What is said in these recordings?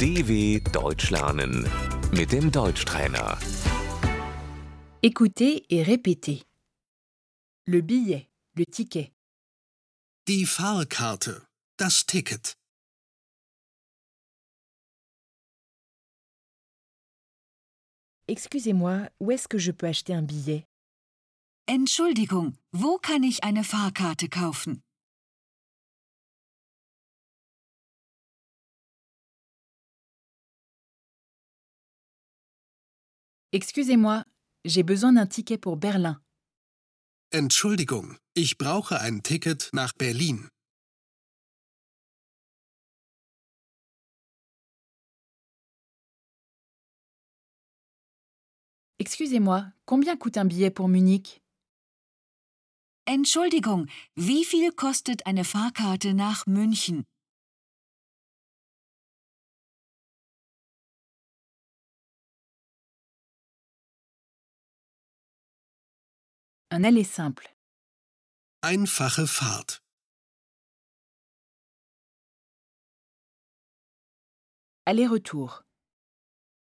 DW Deutsch lernen mit dem Deutschtrainer. Écoutez et répétez. Le billet, le ticket, Die Fahrkarte. Das Ticket. excusez-moi, où est-ce que je peux acheter un billet Entschuldigung, wo kann ich eine Fahrkarte kaufen? Excusez-moi, j'ai besoin d'un ticket pour Berlin. Entschuldigung, ich brauche ein Ticket nach Berlin. Excusez-moi, combien coûte un billet pour Munich Entschuldigung, wie viel kostet eine Fahrkarte nach München? Un aller simple. Einfache Fahrt. Aller-retour.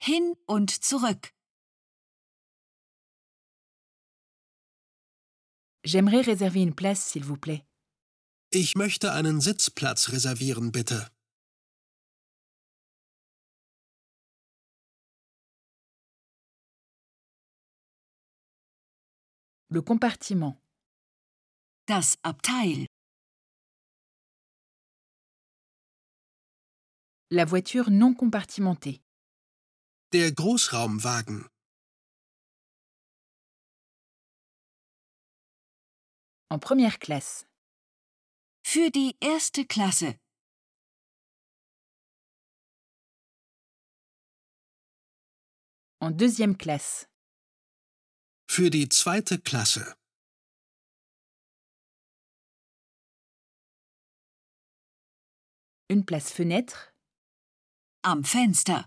Hin und zurück. J'aimerais réserver une place, s'il vous plaît. Ich möchte einen Sitzplatz reservieren, bitte. Le compartiment. Das Abteil. La voiture non compartimentée. Der Großraumwagen. En première classe. Für die erste Klasse. En deuxième classe. Für die zweite Klasse. Une place fenêtre. Am Fenster.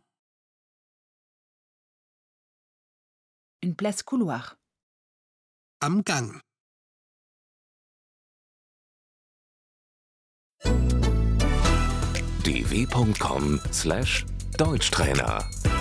Une place couloir. Am Gang. dw.com/deutschtrainer